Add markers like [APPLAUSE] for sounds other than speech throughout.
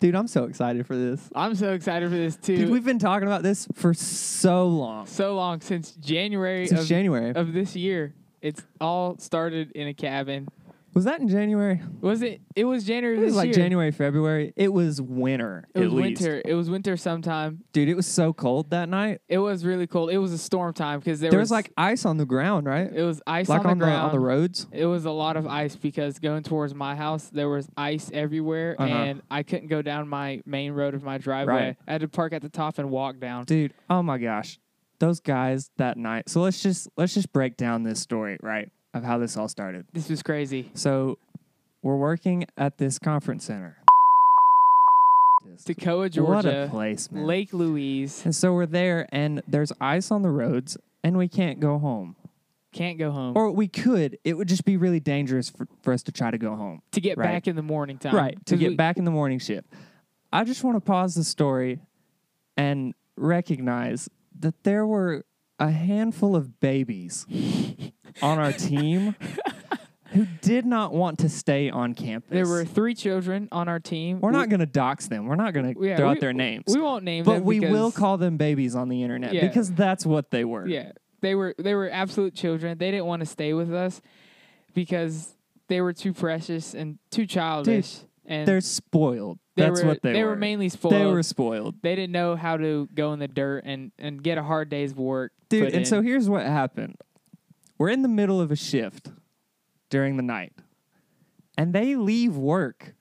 Dude, I'm so excited for this. I'm so excited for this too. Dude, we've been talking about this for so long. so long since January Since of, January. of this year. It's all started in a cabin. Was that in January? Was it? It was January. It was this like year. January, February. It was winter. It was at least. winter. It was winter sometime. Dude, it was so cold that night. It was really cold. It was a storm time because there, There, was, like ice on the ground, right? it was ice like on the ground. on the roads. It was a lot of ice because going towards my house, there was ice everywhere, Uh-huh. and I couldn't go down my main road of my driveway. Right. I had to park at the top and walk down. Dude, oh my gosh. Those guys that night. So let's just let's just break down this story, right? Of how this all started. This was crazy. So we're working at this conference center. Tacoma, What a Georgia, place, man. Lake Louise. And so we're there, and there's ice on the roads, and we can't go home. Can't go home. Or we could. It would just be really dangerous for, for us to try to go home. to get right. back in the morning time. right. To 'Cause get we- back in the morning shift. I just want to pause the story and recognize that there were a handful of [LAUGHS] babies on our team who did not want to stay on campus. There were three children on our team. We're We- not going to dox them. We're not going to Yeah, throw we- out their names. We won't name them. but we will because- call them babies on the internet Yeah. because that's what they were. Yeah, they were they were absolute children. They didn't want to stay with us because they were too precious and too childish. and They're spoiled. they That's were, what they, were. mainly spoiled. They were spoiled. They didn't know how to go in the dirt and and get a hard day's work. Dude, put and in. so here's what happened. We're in the middle of a shift during the night. And they leave work.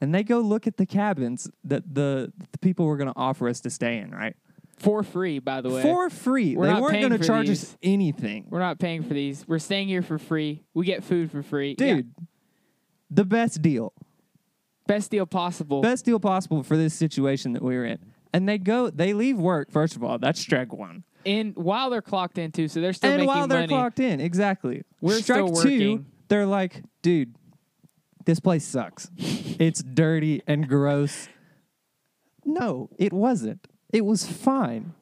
And they go look at the cabins that the, the people were going to offer us to stay in, right? for free, by the way, For free. We're they not weren't paying gonna for charge us these. anything. we're not paying for these. We're staying here for free. We get food for free, Yeah. Dude, the best deal. Best deal possible. Best deal possible for this situation that we were in. And they go, they leave work, first of all. That's strike one. in while they're clocked in too, so they're still and making while they're money. clocked in, exactly. We're Strike still two, working. they're like, dude, this place sucks. it's dirty and gross. No, it wasn't. It was fine.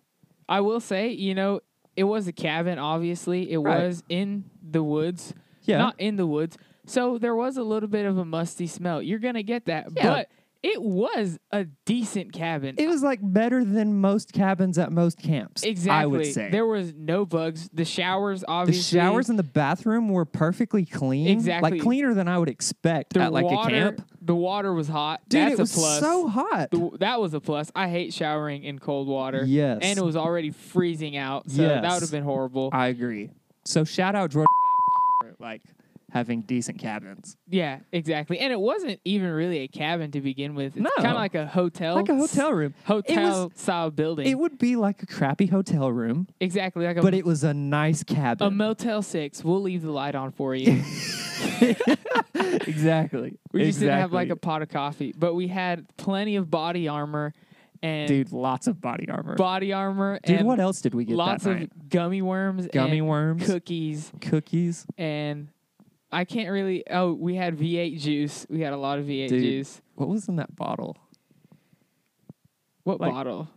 I will say, you know, it was a cabin, obviously. It Right. was in the woods. Yeah. Not in the woods. So there was a little bit of a musty smell. You're going to get that. Yeah. But it was a decent cabin. It was like better than most cabins at most camps. exactly. I would say. There was no bugs. The showers, the obviously. showers and the bathroom were perfectly clean. Exactly. Like cleaner than I would expect the at like water, a camp. The water was hot. Dude, That's it was a plus. so hot. The- that was a plus. I hate showering in cold water. Yes. And it was already freezing out. So that Yes. would have been horrible. I agree. So shout out Georgia for like having decent cabins. Yeah, exactly. And it wasn't even really a cabin to begin with. It's No. kind of like a hotel. Like a hotel room. Hotel style building. It would be like a crappy hotel room, exactly. Like a, but it was a nice cabin. a Motel 6. We'll leave the light on for you. [LAUGHS] exactly. [LAUGHS] we just didn't have like a pot of coffee, but we had plenty of body armor and dude, lots of body armor. body armor dude, and what else did we get lots that of night? gummy worms Gummy and worms, cookies cookies. and I can't really oh, we had V8 juice. We had a lot of V8 Dude. juice. What was in that bottle? What Like- bottle?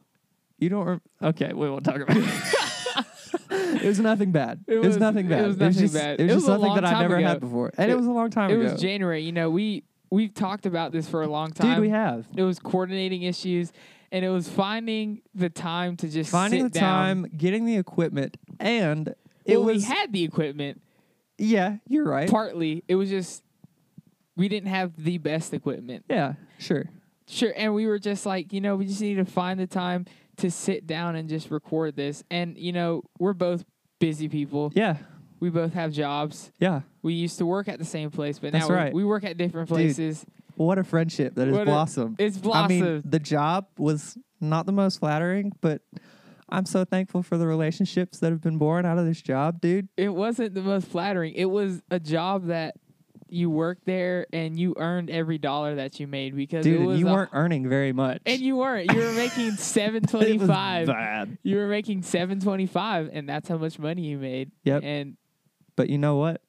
You don't rem- Okay, we won't talk about [LAUGHS] it. it was nothing bad. It It was, was- nothing it bad. was nothing just, bad. It was, It was just a something long that I time never ago. had before. And it, was a long time It ago. was January. You know, we we've talked about this for a long time. Dude, we have. It was coordinating issues, and it was finding the time to just Finding the sit down. time, getting the equipment, and it Well, was we had the equipment yeah, you're right. partly. It was just we didn't have the best equipment. yeah, sure. Sure, and we were just like, you know, we just need to find the time to sit down and just record this. And you know, we're both busy people. Yeah. We both have jobs. Yeah. We used to work at the same place, but That's now right. we, we work at different Dude, places. What a friendship that has What a- blossomed. it's I mean, blossomed. the job was not the most flattering, but I'm so thankful for the relationships that have been born out of this job, dude. it wasn't the most flattering. It was a job that you worked there and you earned every dollar that you made because Dude, it was and you a- weren't earning very much. [LAUGHS] and you weren't. You were making [LAUGHS] seven It twenty was five. bad. You were making seven twenty five, and that's how much money you made. Yep. And But you know what?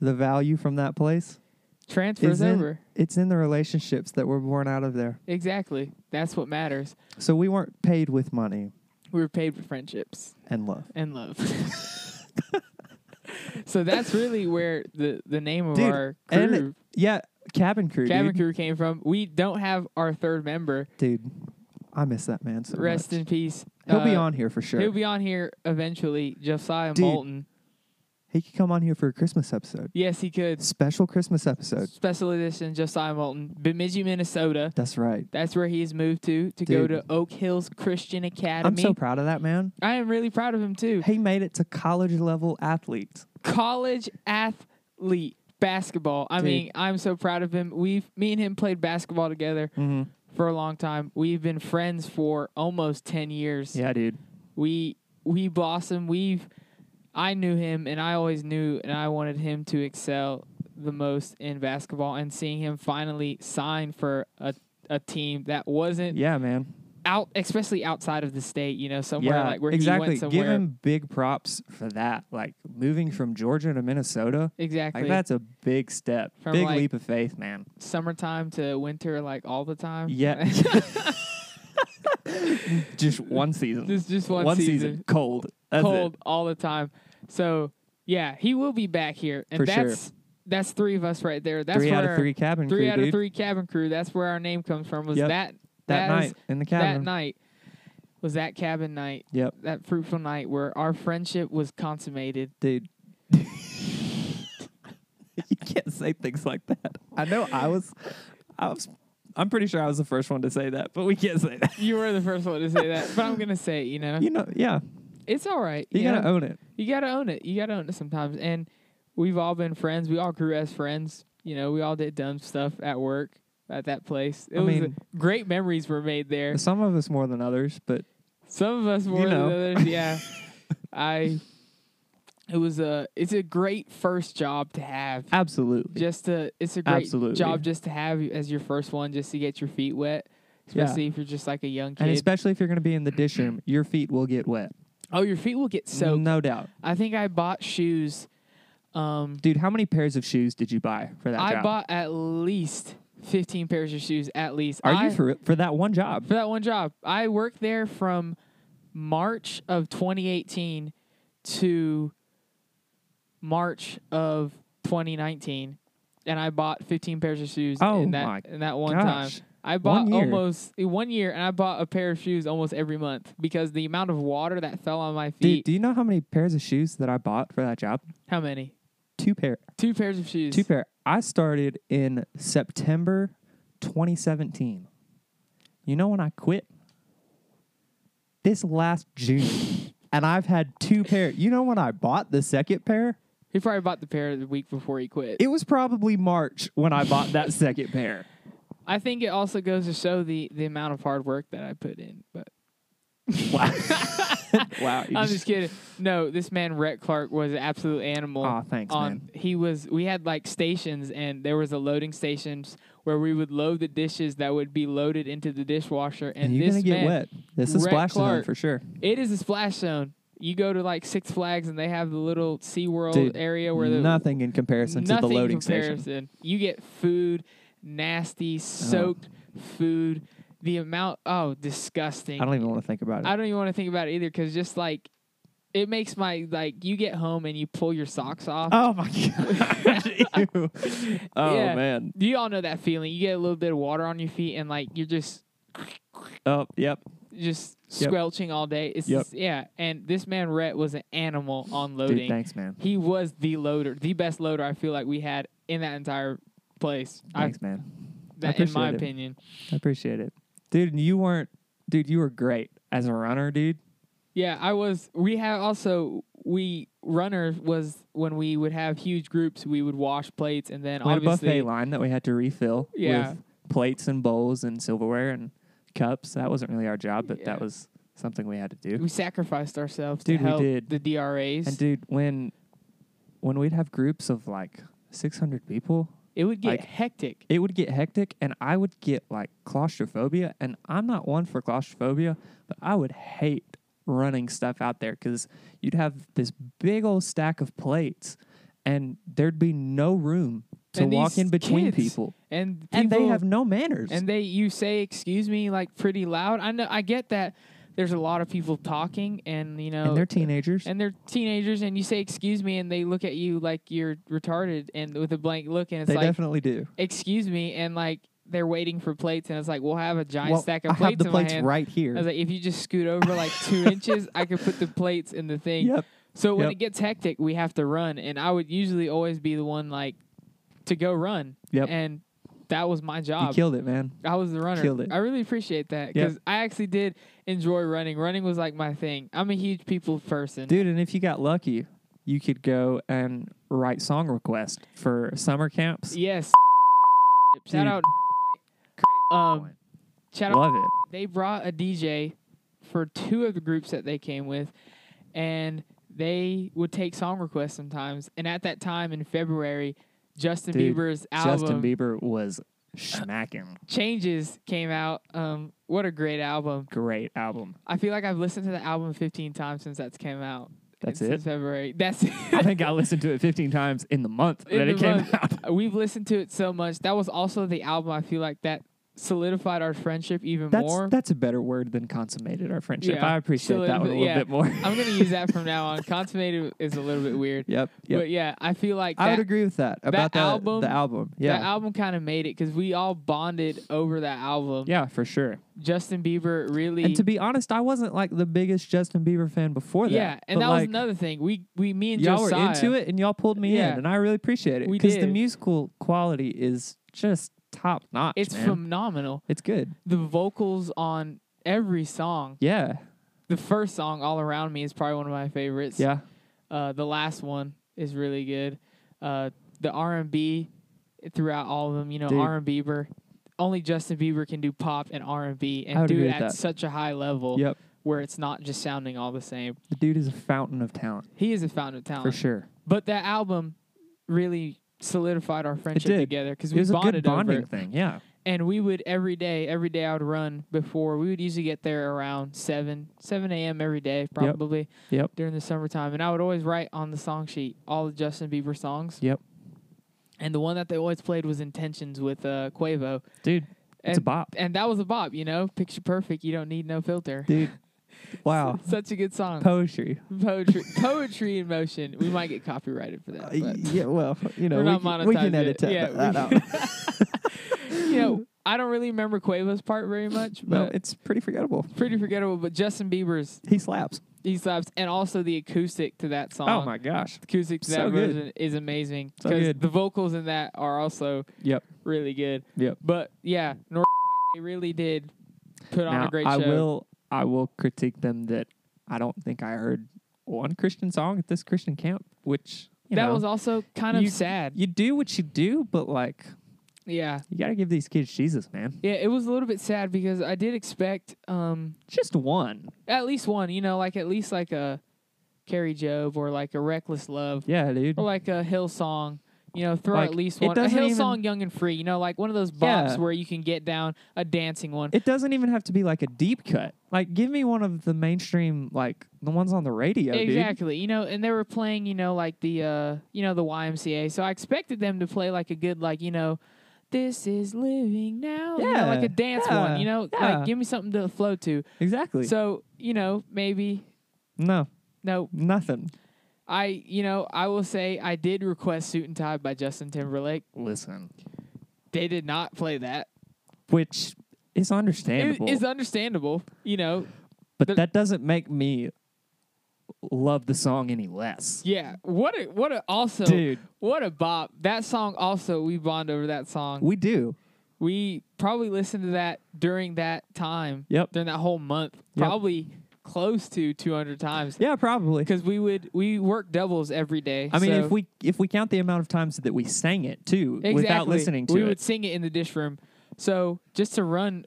The value from that place transfers is in, over. it's in the relationships that were born out of there. Exactly. That's what matters. So we weren't paid with money We were paid for friendships and love. and love. [LAUGHS] so that's really where the the name of Dude, our crew, and yeah, cabin crew, cabin dude. crew, came from. We don't have our third member. Dude, I miss that man so Rest much. in peace. He'll be Uh, on here for sure. He'll be on here eventually. Josiah Dude. Moulton. he could come on here for a Christmas episode, Yes, he could. special Christmas episode. Special edition Josiah Moulton, Bemidji, Minnesota. That's right. That's where he's moved to to go Dude. to Oak Hills Christian I'm Academy. so proud of that man. I am really proud of him too. He made it to college level athlete. College athlete basketball. I Dude. mean, I'm so proud of him. We've me and him played basketball together Mm-hmm. for a long time. We've been friends for almost 10 years. Yeah, dude. We we blossomed. We've I knew him and I always knew and I wanted him to excel the most in basketball and seeing him finally sign for a a team that wasn't Yeah, man. out, especially outside of the state, you know, somewhere yeah, like where exactly. he went Give somewhere. him big props for that. Like moving from Georgia to Minnesota, exactly. like that's a big step, From, big like- leap of faith, man. Summertime to winter, like all the time. [LAUGHS] Yeah. Just one season. just just one, season. Cold. That's Cold all the time. So yeah, he will be back here. And For sure. that's that's three of us right there. it. That's Three where out of our- three cabin three crew, out dude. of three cabin crew. That's where our name comes from. Was Yep. that that that is- night in the that cabin. night was that cabin night, Yep, that fruitful night where our friendship was consummated. dude. [LAUGHS] you can't say things like that. I know I was, I was, I'm pretty sure I was the first one to say that, but we can't say that. You were the first one to say that, but I'm gonna say it. You know, You know, [LAUGHS] yeah, it's all right. you know? gotta own it. you gotta own it. You gotta own it sometimes. And we've all been friends. We all grew as friends. You know, we all did dumb stuff at work at that place. It I was mean- great memories were made there. Some of us more than others, but Some of us more know. than others. [LAUGHS] Yeah, I. It was a. It's a great first job to have. absolutely. Just to. It's a great Absolutely. job just to have as your first one, just to get your feet wet. Yeah. Especially if you're just like a young and kid. especially if you're gonna be in the dish room, your feet will get wet. oh, your feet will get soaked. no doubt, I think I bought shoes. Um, dude. How many pairs of shoes did you buy for that I job? bought at least 15 pairs of shoes, at least. Are I- you for for that one job? for that one job? I worked there from March of 2018 to March of 2019, and I bought 15 pairs of shoes Oh in that my in that one gosh. time. I bought One year. almost eh, one year, and I bought a pair of shoes almost every month because the amount of water that fell on my Dude, feet. do you know how many pairs of shoes that I bought for that job? how many? Two pair. Two pairs of shoes. Two pair. I started in September 2017. You know when I quit? This last [LAUGHS] June. and I've had two pair. You know when I bought the second pair? He probably bought the pair the week before he quit. It was probably March when I bought that second pair. I think it also goes to show the the amount of hard work that I put in. But Wow. wow. you I'm just kidding. No, this man Rhett Clark was an absolute animal. Aw, thanks, on man. he was we had like stations and there was a loading stations where we would load the dishes that would be loaded into the dishwasher and, And you're this gonna get man, wet. This is Rhett splash zone Clark. for sure. It is a splash zone. You go to like Six Flags and they have the little SeaWorld Dude, area where the nothing in comparison to the nothing loading comparison. station. Uh-huh. You get food, nasty, soaked food. The amount, oh, disgusting. I don't even want to think about it. I don't even want to think about it either because just like it makes my like you get home and you pull your socks off. [LAUGHS] Oh my god! Ew. Oh [LAUGHS] Yeah. man. Do you all know that feeling? You get a little bit of water on your feet and like you're just Oh yep. just Yep. squelching all day. It's Yep. just- yeah. And this man Rhett was an animal on Dude, loading. thanks, man. he was the loader, the best loader I feel like we had in that entire place. I, Thanks, man. that, in my appreciate it. opinion. I appreciate it, dude. and You weren't, dude. You were great as a runner, dude. Yeah, I was. We had also we runner was when we would have huge groups. We would wash plates and then We had a obviously buffet line that we had to refill Yeah. with plates and bowls and silverware and cups. That wasn't really our job, but that Yeah. was something we had to do. we sacrificed ourselves Dude, to we help did. the DRAs. And dude, when when we'd have groups of like 600 people, it would get like- hectic. it would get hectic and I would get like claustrophobia. And I'm not one for claustrophobia, but I would hate running stuff out there because you'd have this big old stack of plates and there'd be no room to And walk these in between kids, people. And And they people- have no manners. and they you say excuse me like pretty loud. I know I get that, there's a lot of people talking, and you know, and they're teenagers. and they're teenagers, and you say "excuse me," and they look at you like you're retarded, and with a blank look, and it's they like definitely do. "excuse me," and like they're waiting for plates, and it's like we'll have a giant Well, stack of I plates have the in plates my hand. right I here. was like, if you just scoot over like [LAUGHS] two inches, I could put the plates in the thing. yep. So when Yep. it gets hectic, we have to run, and I would usually always be the one like to go run. Yep. And uh, that was my you job. killed it, man. I was the runner. killed it. I really appreciate Yep. that because I actually did enjoy running. Running was like my thing. I'm a huge people person. Dude, and if you got lucky, you could go and write song requests for summer camps. [LAUGHS] Yes. Dude. Shout out. Um, shout out. Love it. They brought a DJ for two of the groups that they came with, and they would take song requests sometimes. And at that time in February, Justin Dude, Bieber's album Justin Bieber was smacking. Changes came out. Um, what a great album! Great album. I feel like I've listened to the album 15 times since that's came out. That's since it? February. That's it. I think I listened to it 15 times in the month In that it the came month. out. [LAUGHS] We've listened to it so much. That was also the album I feel like that solidified our friendship even That's more. that's a better word than consummated our friendship. Yeah. I appreciate So, that one a little yeah. bit more. [LAUGHS] I'm gonna use that from now on. Consummated is a little bit weird, yep. [LAUGHS] Yep. but yeah, I feel like I that, would agree with that about the album- The album. that Yeah. album kind of made it because we all bonded over that album. yeah, for sure. Justin Bieber really And to be honest, I wasn't like the biggest Justin Bieber fan before that. yeah, and but, that was like, another thing. We we me and y'all Josiah, were into it and y'all pulled me Yeah. in, and I really appreciate it We because the did. musical quality is just top notch. It's man. phenomenal. it's good. The vocals on every song. Yeah, The first song, "All Around Me," is probably one of my favorites. yeah. Uh, the last one is really good. Uh, the R and B throughout all of them, you know, Dude. R and Bieber. Only Justin Bieber can do pop and R and B, I and would do agree it with at that. such a high level Yep, where it's not just sounding all the same. the dude is a fountain of talent He is a fountain of for talent. sure. But that album really solidified our friendship did. together because It we was a bonded good over bonding it. thing. Yeah, and we would every day every day i would run before we would usually get there around 7 7 a.m every day probably Yep. during the summertime and i would always write on the song sheet all the justin bieber songs Yep. and the one that they always played was intentions with uh quavo dude, it's a And- bop, and that was a bop you know picture perfect you don't need [LAUGHS] no filter [LAUGHS] dude. Wow, such a good song poetry. poetry poetry in motion we might get copyrighted for that Uh, but yeah, well, you know, We're we not can, we can monetizing edit it. Yeah, that, that out. [LAUGHS] we- you know i don't really remember quavo's part very much no, but it's pretty forgettable. pretty forgettable but justin bieber's He slaps. he slaps, and also the acoustic to that song. Oh my gosh. The acoustic to that So good. version is amazing So because good. the vocals in that are also Yep. really good. Yep. But yeah, North they really did put on now a great I show. will I will critique them that I don't think I heard one Christian song at this Christian camp, which you that know, was also kind of you- sad. you do what you do, but like Yeah, you gotta give these kids Jesus, man. yeah, it was a little bit sad because I did expect um Just one. at least one, you know, like at least like a Carrie Job or like a Reckless Love Yeah, dude. or like a Hillsong. You know, throw Like, at least it one. A doesn't Hillsong even- Young and Free. You know, like one of those bops Yeah. where you can get down a dancing one. it doesn't even have to be like a deep cut. Like give me one of the mainstream like the ones on the radio, dude. Exactly. You know, and they were playing, you know, like the uh, you know, the YMCA. So I expected them to play like a good like, you know, this is living now. You know, like Yeah, a dance yeah, one, you know, yeah. like give me something to float to. Exactly. So, you know, maybe no, no. nothing. I, you know, I will say I did request Suit and Tie by Justin Timberlake. Listen. They did not play that. Which is It understandable. is understandable, you know. but the- that doesn't make me love the song any less. Yeah. What a what a also Dude, what a bop. That song also we bond over that song. we do. we probably listened to that during that time. Yep. During that whole month, probably close to 200 times. Yeah, probably. Because we would we work doubles every day. I mean, so- if we if we count the amount of times that we sang it too, without Exactly. listening to we it, would sing it in the dish room. So just to run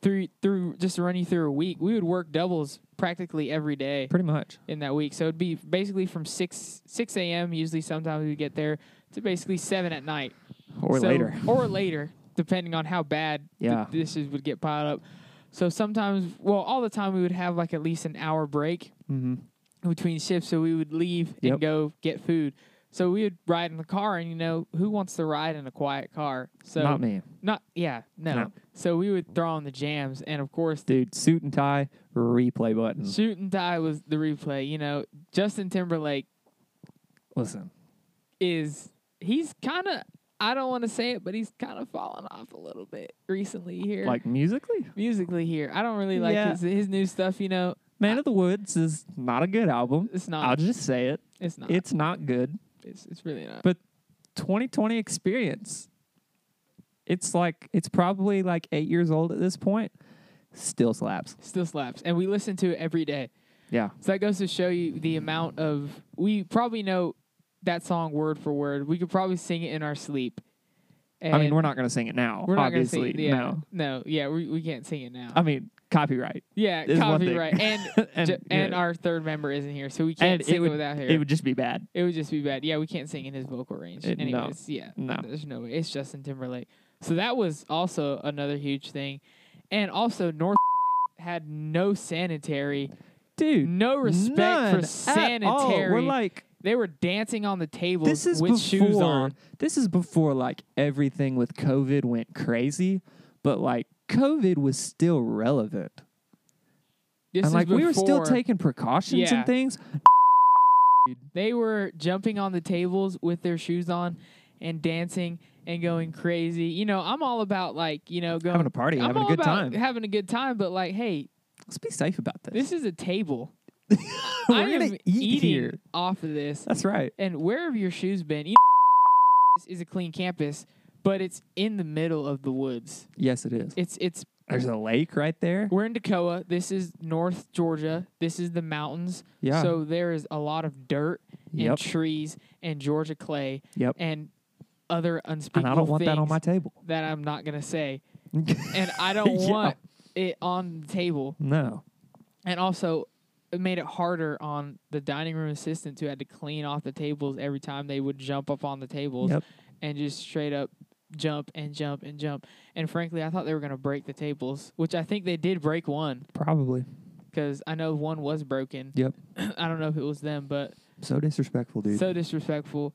through through just to run you through a week, we would work doubles practically every day pretty much. in that week. So it'd be basically from six six a.m. Usually, sometimes we would get there to basically seven at night. Or So- later. Or later, depending on how bad Yeah. the dishes would get piled up. So sometimes, well, all the time we would have like at least an hour break Mm-hmm. in between shifts. So we would leave Yep. and go get food. So we would ride in the car, and you know who wants to ride in a quiet car? So Not me, Not yeah, no. No. So we would throw on the jams, and of course, the dude. Suit and tie, replay button. shoot and die was the replay. You know, Justin Timberlake Listen, is he's kind of I don't want to say it, but he's kind of fallen off a little bit recently here, like musically, musically here. I don't really like Yeah. his his new stuff. You know, Man of the Woods is not a good album. it's I'll not. just say it. it's not. It's not good. it's it's really not. 2020 experience. It's like it's probably like eight years old at this point. Still slaps. Still slaps, and we listen to it every day. Yeah. So that goes to show you the amount of we probably know that song word for word. We could probably sing it in our sleep. And I mean, we're not gonna sing it now. we're not gonna obviously, sing it. Yeah, no. no, yeah, we, we can't sing it now. I mean, copyright. [LAUGHS] yeah, is one thing. copyright, and [LAUGHS] And, and, and yeah, our third member isn't here, so we can't it sing it, would- without her. it would just be bad. It would just be bad. Yeah, we can't sing in his vocal range. It- no. Anyways, yeah. No. There's no way. It's Justin Timberlake. So that was also another huge thing. And also North had no sanitary, Dude, no respect none for at all. sanitary. We're like they were dancing on the table this is with before shoes on. this is before like everything with COVID went crazy, but like COVID was still relevant. This and is like we were still before taking precautions Yeah. and things. They were jumping on the tables with their shoes on and dancing and going crazy. You know, I'm all about like, you know, going Having a party, I'm having a all good about time. Having a good time, but like, hey, Let's be safe about this. This is a table. [LAUGHS] We're I am gonna eat eating here. off of this. That's right. And where have your shoes been? You this [LAUGHS] is a clean campus, but it's in the middle of the woods. Yes, it is. It's it's There's a lake right there. we're in Dakota. This is North Georgia. This is the mountains. Yeah. So there is a lot of dirt and Yep. trees and Georgia clay Yep. and other unspeakable And I don't want that on things my table. [LAUGHS] that I'm not gonna say. and I don't Yeah. want it on the table. No. And also, it made it harder on the dining room assistants who had to clean off the tables every time they would jump up on the tables Yep. and just straight up jump and jump and jump. And frankly, I thought they were going to break the tables, which I think they did break one Probably. because I know one was broken. Yep. I don't know if it was them, but So disrespectful, dude. so disrespectful.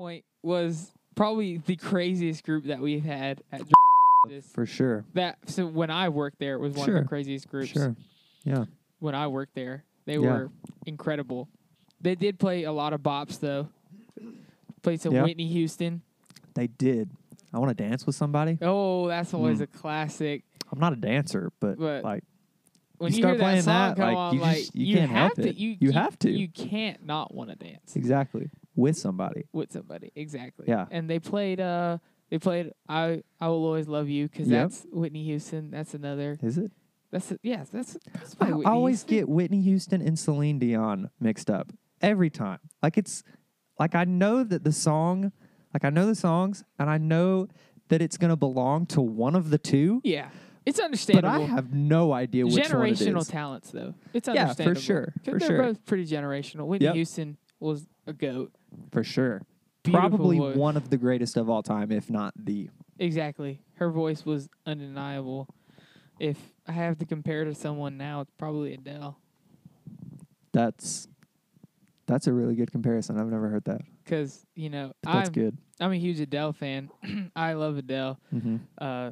Point was probably the craziest group that we've had [LAUGHS] at this. For sure. That so when I worked there it was one of Sure. the craziest groups Sure. Yeah. when I worked there. They Yeah. were incredible. They did play a lot of bops though. Played some Yeah. Whitney Houston. They did. I want to dance with somebody. Oh, that's always Mm. a classic. I'm not a dancer, but, But like When you, You start hear that playing song that, come like, on, you like just- you can't have help to. it. You, You have to. You can't not want to dance exactly with somebody. with somebody. Exactly. Yeah. And they played. Uh, they played. I I will always love you because Yep. that's Whitney Houston. That's another. Is it? That's a, yes. That's that's by I Whitney always Houston. get Whitney Houston and Celine Dion mixed up every time. Like it's like I know that the song, like I know the songs, and I know that it's gonna belong to one of the two, Yeah, it's but understandable. I have no idea which generational one it is. talents though. It's Yeah, for understandable. sure, 'Cause for they're sure. both pretty generational. Whitney Yep. Houston was a goat. For sure, Beautiful probably voice. one of the greatest of all time, if not the. Exactly. Her voice was undeniable. If I have to compare to someone now, it's probably Adele That's that's a really good comparison. I've never heard that. cuz you know, But I'm that's good. I'm a huge Adele fan. [CLEARS THROAT] I love Adele. Mm-hmm. Uh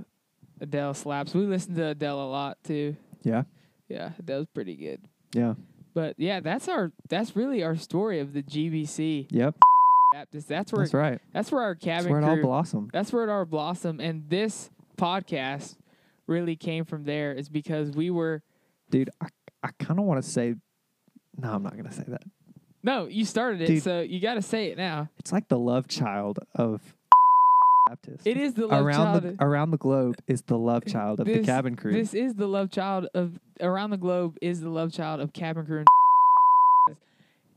Adele slaps. We listen to Adele a lot too. Yeah, Yeah, Adele's pretty good. yeah, But yeah, that's our that's really our story of the GBC yep. Baptist. That's where That's right. that's where our cabin That's where it crew all blossomed. that's where it all blossomed and this podcast really came from there is because we were dude i, I kind of want to say no i'm not gonna say that no you started it Dude. so you got to say it now it's like the love child of [LAUGHS] baptist it is the love around child the around the globe is the love [LAUGHS] child of the This- cabin crew this is the love child of around the globe is the love child of cabin crew and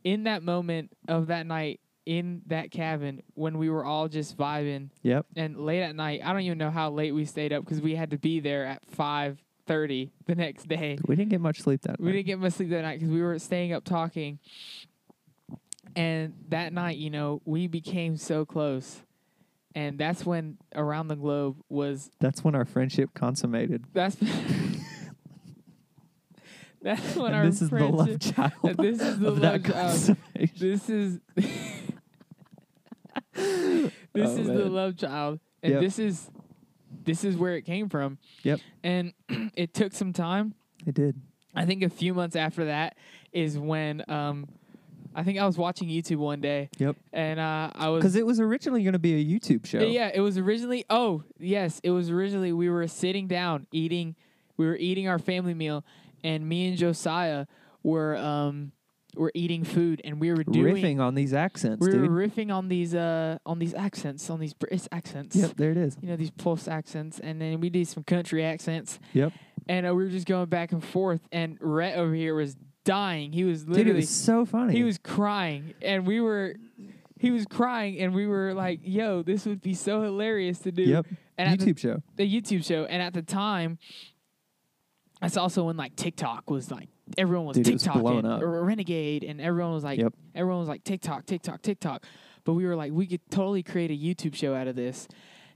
in that moment of that night in that cabin when we were all just vibing yep and late at night i don't even know how late we stayed up because we had to be there at 5.30 the next day we didn't get much sleep that We night didn't get much sleep that night because we were staying up talking. And that night, you know, we became so close. And that's when Around the Globe was that's when our friendship consummated that's [LAUGHS] That's when and [LAUGHS] our this is the love friendship- child this is the of that love child. consummation. [LAUGHS] This is This Oh, is the man. love child, and Yep. this is this is where it came from. Yep. And [CLEARS THROAT] it took some time. It did. I think a few months after that is when um, I think I was watching YouTube one day. Yep. And uh, I was Because it was originally going to be a YouTube show. yeah, it was originally. Oh, yes, it was originally. We were sitting down, eating. We were eating our family meal, and me and Josiah were um were eating food, and we were doing. riffing on these accents, we were dude. riffing on these uh on these accents, on these British accents. Yep, there it is. You know these pulse accents, and then we did some country accents, Yep. and uh, we were just going back and forth. And Rhett over here was dying. He was Dude, it literally was so funny. he was crying, and we were. He was crying, and we were like, "Yo, this would be so hilarious to do." Yep. And at the- YouTube show. the YouTube show, and at the time, that's also when like TikTok was like everyone was Dude, it was TikTok blown up. or Renegade, and everyone was like Yep. everyone was like TikTok, TikTok, TikTok. But we were like, we could totally create a YouTube show out of this,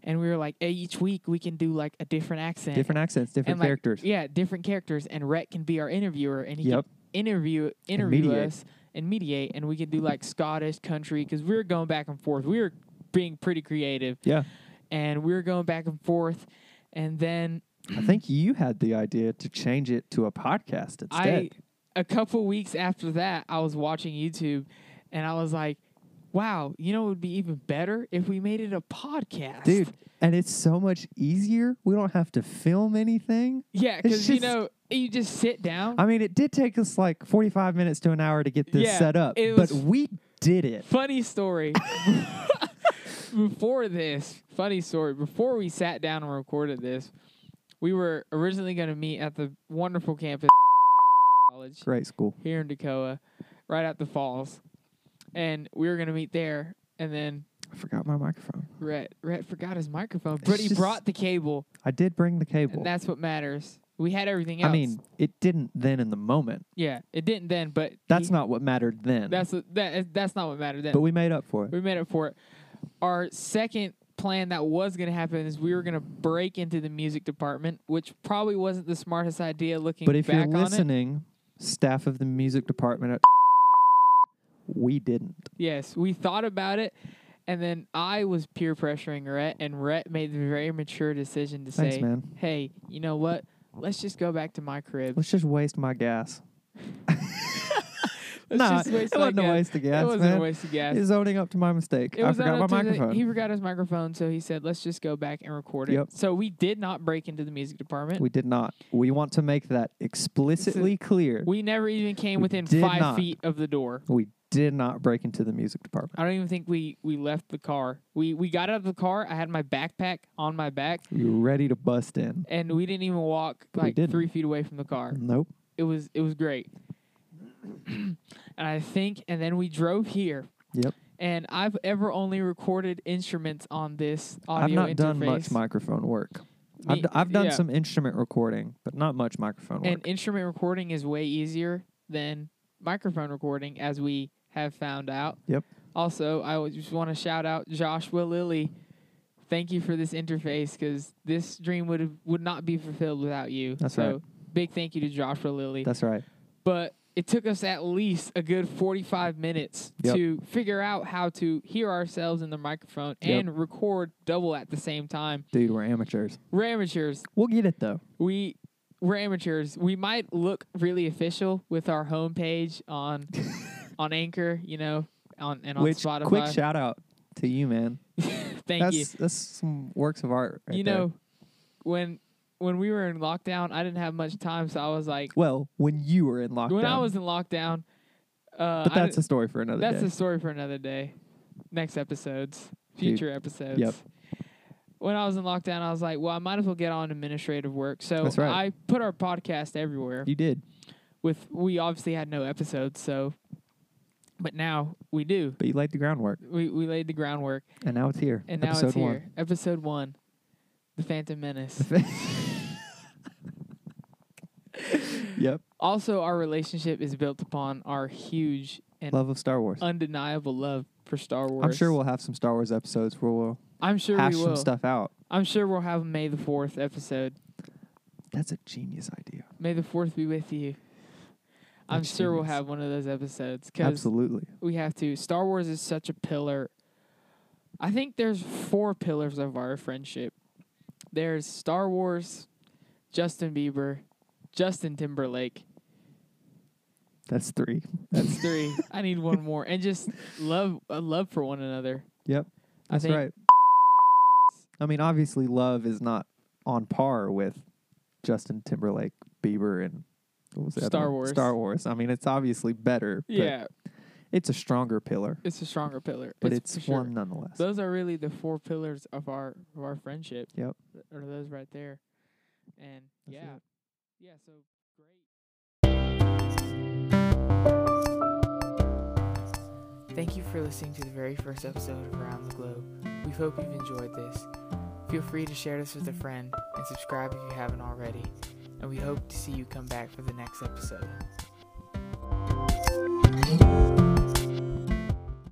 and we were like, hey, each week we can do like a different accent, Different accents, different and, like, characters. yeah, different characters, and Rhett can be our interviewer, and he Yep. can interview interview mediate. us and mediate, and we could do like Scottish country because we were going back and forth. We were being pretty creative Yeah. and we were going back and forth. And then I think you had the idea to change it to a podcast instead. I, a couple weeks after that, I was watching YouTube, and I was like, "Wow, you know, it would be even better if we made it a podcast, Dude, and it's so much easier. We don't have to film anything. Yeah, it's because you just- know, you just sit down. I mean, it did take us like 45 minutes to an hour to get this Yeah, set up, it but was- we did it. [LAUGHS] Funny story. before this, funny story. Before we sat down and recorded this, we were originally going to meet at the wonderful campus college. Great school. here in Dakota, right at the falls, and we were gonna meet there. And then I forgot my microphone. Rhett, Rhett forgot his microphone, but he just- brought the cable, I did bring the cable. and that's what matters. We had everything else. I mean, it didn't then in the moment. yeah, it didn't then, but That's he- not what mattered then. [LAUGHS] that's what, that is- that's not what mattered then. but we made up for it. we made up for it. Our second plan that was gonna happen is we were gonna break into the music department, which probably wasn't the smartest idea looking But if back you're on it. listening, staff of the music department at [LAUGHS] we didn't. Yes, we thought about it, and then I was peer pressuring Rhett, and Rhett made the very mature decision to Thanks, say, man. "Hey, you know what? Let's just go back to my crib. Let's just waste my gas. Let's nah, just waste it my wasn't a gas. waste of gas, it wasn't man. a waste of gas. He's owning up to my mistake. It I was forgot my not up to the- microphone. he forgot his microphone, so he said, "Let's just go back and record it." Yep. So we did not break into the music department. we did not. We want to make that explicitly clear. We never even came We within did five not. feet of the door. We did not break into the music department. I don't even think we we left the car. We we got out of the car. I had my backpack on my back, We were ready to bust in. and we didn't even walk We like didn't. three feet away from the car. Nope. it was it was great. [CLEARS THROAT] and I think and then we drove here. Yep. And I've ever only recorded instruments on this I've audio not interface. done much microphone work. I've, Me- d- I've done yeah. some instrument recording, but not much microphone work. And instrument recording is way easier than microphone recording, as we have found out. Yep. Also, I would just want to shout out Joshua Lilly. Thank you for this interface because this dream would have would not be fulfilled without you. That's so right. big thank you to Joshua Lilly. That's right. but it took us at least a good 45 minutes Yep. to figure out how to hear ourselves in the microphone Yep. and record double at the same time. Dude, we're amateurs. We're amateurs. We'll get it though. We we're amateurs. We might look really official with our homepage [LAUGHS] on on Anchor, you know, on and on Which Spotify. quick shout out to you, man. Thank that's you. that's some works of art. Right you there. know, when when we were in lockdown, I didn't have much time, so I was like, well, when you were in lockdown. when I was in lockdown, uh, but I that's a story for another That's day. a story for another day. Next episodes, future episodes. Yep. When I was in lockdown, I was like, well, I might as well get on administrative work. So That's right. I put our podcast everywhere. you did, With we obviously had no episodes, so but now we do. but you laid the groundwork, We we laid the groundwork, and now it's here. and Episode now it's here. one. Episode one, the Phantom Menace. Yep. also, our relationship is built upon our huge and Love of Star Wars. undeniable love for Star Wars. I'm sure we'll have some Star Wars episodes where we'll I'm sure hash we some will. stuff out. I'm sure we'll have a May the Fourth episode. That's a genius idea. May the Fourth be with you. I'm That's sure we'll genius. have one of those episodes because Absolutely. we have to. Star Wars is such a pillar I think there's four pillars of our friendship. There's Star Wars, Justin Bieber, Justin Timberlake. That's three. [LAUGHS] That's three. I need one more, and just love, a love for one another. Yep. I That's think right. I mean, obviously, love is not on par with Justin Timberlake, Bieber, and what was that? Star other one? Wars. Star Wars. I mean, it's obviously better. but Yeah, It's a stronger pillar, it's a stronger pillar, but It's it's, for sure. one nonetheless. Those are really the four pillars of our of our friendship. Yep. Th- Are those right there? And That's yeah, it. yeah. So great. Thank you for listening to the very first episode of Around the Globe. We hope you've enjoyed this. Feel free to share this with a friend and subscribe if you haven't already. And we hope to see you come back for the next episode.